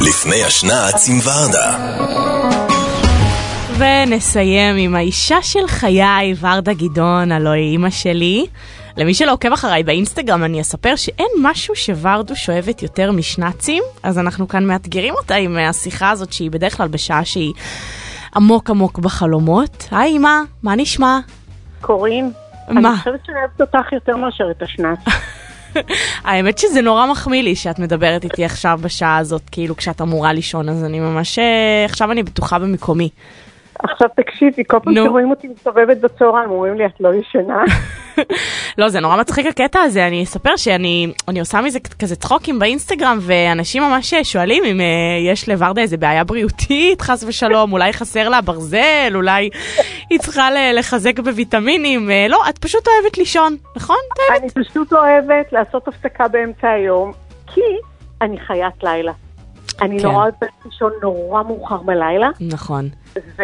לפני השנץ עם ורדה. ונסיים עם האישה של חיי, ורדה גדעון, הלוא היא אימא שלי. למי שלא עוקב אחריי באינסטגרם, אני אספר שאין משהו שוורדו שואבת יותר משנ"צים, אז אנחנו כאן מאתגרים אותה עם השיחה הזאת, שהיא בדרך כלל בשעה שהיא עמוק עמוק בחלומות. היי אימא, מה נשמע? קורין, מה? אני חושבת שאני אוהבת אותך יותר מאשר את השנ"צ. האמת שזה נורא מחמיא לי שאת מדברת איתי עכשיו בשעה הזאת, כאילו כשאת אמורה לישון, אז אני ממש... אה, עכשיו אני בטוחה במקומי. עכשיו תקשיבי, כל פעם נו. שרואים אותי מסתובבת בצהריים, אומרים לי, את לא ישנה. לא, זה נורא מצחיק הקטע הזה, אני אספר שאני אני עושה מזה כ- כזה צחוקים באינסטגרם, ואנשים ממש שואלים אם אה, יש לוורדה איזה בעיה בריאותית, חס ושלום, אולי חסר לה ברזל, אולי היא צריכה ל- לחזק בוויטמינים. אה, לא, את פשוט אוהבת לישון, נכון? את אוהבת- אני פשוט לא אוהבת לעשות הפסקה באמצע היום, כי אני חיית לילה. אני כן. נורא אוהבת לישון נורא מאוחר בלילה, נכון,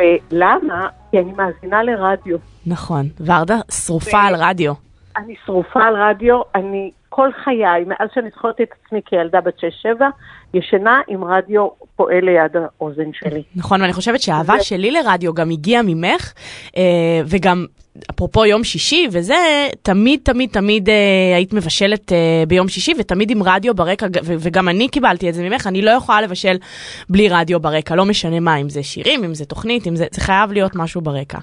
ולמה? כי אני מאזינה לרדיו. נכון. ורדה שרופה על רדיו. אני שרופה על רדיו, אני כל חיי, מאז שאני זוכרת את עצמי כילדה בת 6-7, ישנה עם רדיו פועל ליד האוזן שלי. נכון, ואני חושבת שהאהבה שלי לרדיו גם הגיעה ממך, אה, וגם, אפרופו יום שישי וזה, תמיד, תמיד, תמיד אה, היית מבשלת אה, ביום שישי, ותמיד עם רדיו ברקע, ג- ו- וגם אני קיבלתי את זה ממך, אני לא יכולה לבשל בלי רדיו ברקע, לא משנה מה, אם זה שירים, אם זה תוכנית, אם זה, זה חייב להיות משהו ברקע.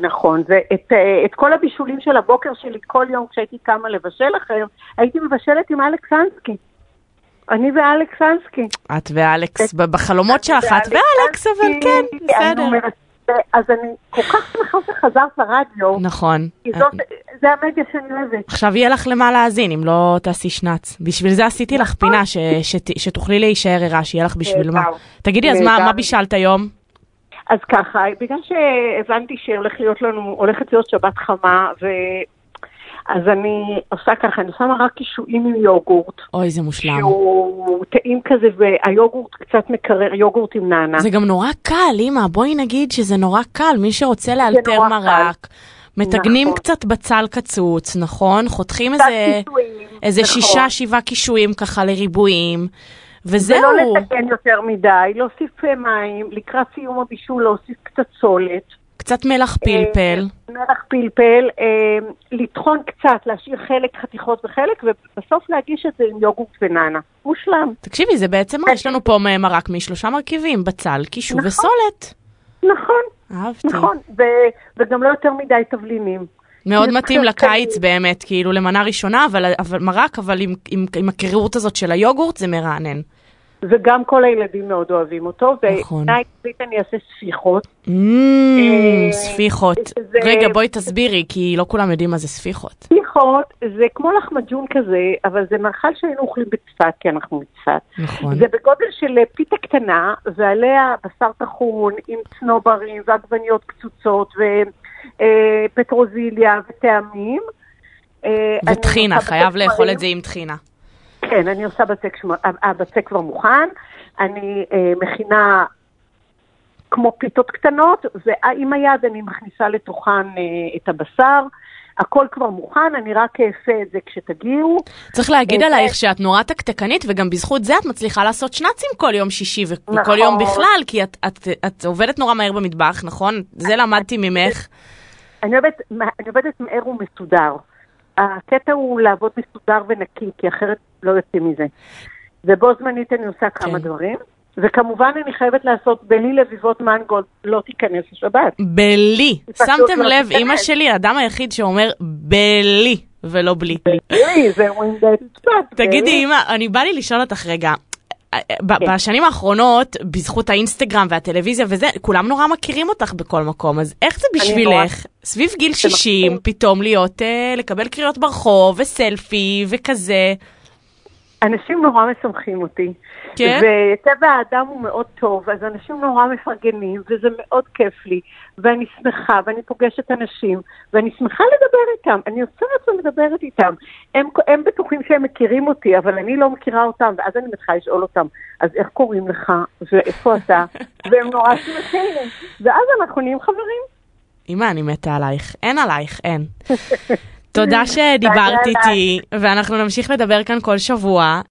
נכון, ואת אה, את כל הבישולים של הבוקר שלי כל יום כשהייתי קמה לבשל אחריהם, הייתי מבשלת עם אלכס אנסקי. אני ואלכס אנסקי. את ואלכס, ב- בחלומות שלך, את ואלכס ואלכס, אבל אנסקי, כן, אני בסדר. אומרת, אה, אז אני כל כך שמחה שחזרת לרדיו, נכון. כי זאת, זה המדיה שאני אוהבת. עכשיו יהיה לך למה להאזין, אם לא תעשי שנץ. בשביל זה עשיתי נכון. לך פינה ש, ש, שתוכלי להישאר ערה, שיהיה לך בשביל מה. נהדר. תגידי, אז מה, נהדר. מה בישלת היום? אז ככה, בגלל שהבנתי שהולך להיות לנו, הולכת להיות שבת חמה, ו... אז אני עושה ככה, אני שמה רק קישואים עם יוגורט, אוי, זה מושלם. שהוא טעים כזה, והיוגורט קצת מקרר, יוגורט עם נענה. זה גם נורא קל, אמא, בואי נגיד שזה נורא קל, מי שרוצה לאלתר נורא מרק. מתגנים נכון. קצת בצל קצוץ, נכון? חותכים קצת איזה, קישואים, איזה נכון. שישה, שבעה קישואים ככה לריבועים, וזהו. ולא לתקן יותר מדי, להוסיף אה, מים, לקראת סיום הבישול להוסיף קצת סולת. קצת מלח פלפל. אה, מלח פלפל, אה, לטחון קצת, להשאיר חלק חתיכות וחלק, ובסוף להגיש את זה עם יוגורט ונענה. מושלם. תקשיבי, זה בעצם, מה, יש לנו פה מרק משלושה מרכיבים, בצל, קישור נכון. וסולת. נכון, אהבתי. נכון, ו- וגם לא יותר מדי תבלינים. מאוד כאילו, מתאים קצת לקיץ כזה. באמת, כאילו למנה ראשונה, אבל, אבל מרק, אבל עם, עם, עם הקרירות הזאת של היוגורט זה מרענן. וגם כל הילדים מאוד אוהבים אותו, נכון. ובעיניי בעצם אני אעשה ספיחות. Mm, אה, ספיחות. זה- רגע, בואי תסבירי, כי לא כולם יודעים מה זה ספיחות. ספיחות זה כמו לחמג'ון כזה, אבל זה מאכל שהיינו אוכלים בצפת, כי אנחנו מצפת. נכון. זה בגודל של אה, פיתה קטנה, ועליה בשר טחון עם צנוברים ועגבניות קצוצות ופטרוזיליה וטעמים. אה, אני וטחינה, עושה חייב בצק לאכול שמרים. את זה עם טחינה. כן, אני עושה בצק, שמ- ה- הבצק כבר מוכן, אני אה, מכינה כמו פיתות קטנות, ועם היד אני מכניסה לתוכן אה, את הבשר. הכל כבר מוכן, אני רק אעשה את זה כשתגיעו. צריך להגיד אה, עלייך כן. שאת נורא תקתקנית, וגם בזכות זה את מצליחה לעשות שנ"צים כל יום שישי ו- וכל נכון. יום בכלל, כי את- את- את עובדת נורא מהר במטבח, נכון? זה למדתי ממך. אני עובדת, אני עובדת מהר ומסודר. הקטע הוא לעבוד מסודר ונקי, כי אחרת לא יוצאים מזה. ובו זמנית אני עושה כמה כן. דברים, וכמובן אני חייבת לעשות בלי לביבות מנגולד, לא תיכנס לשבת. בלי. פשוט שמתם לא לב, תיכנס. אימא שלי, האדם היחיד שאומר בלי ולא בלי. בלי, זה אומרים בצפת. תגידי, אימא, אני בא לי לשאול אותך רגע. אה, ב- כן. בשנים האחרונות, בזכות האינסטגרם והטלוויזיה וזה, כולם נורא מכירים אותך בכל מקום, אז איך זה נורא- בשבילך, סביב גיל 60, מקסים. פתאום להיות, אה, לקבל קריאות ברחוב וסלפי וכזה? אנשים נורא משמחים אותי. כן? וטבע האדם הוא מאוד טוב, אז אנשים נורא מפרגנים, וזה מאוד כיף לי. ואני שמחה, ואני פוגשת אנשים, ואני שמחה לדבר איתם. אני עושה את זה מדברת איתם. הם, הם בטוחים שהם מכירים אותי, אבל אני לא מכירה אותם, ואז אני מתחילה לשאול אותם, אז איך קוראים לך, ואיפה אתה? והם נורא שמחים. ואז אנחנו נהיים חברים. אמא, אני מתה עלייך. אין עלייך, אין. תודה שדיברת תודה לך. איתי, ואנחנו נמשיך לדבר כאן כל שבוע.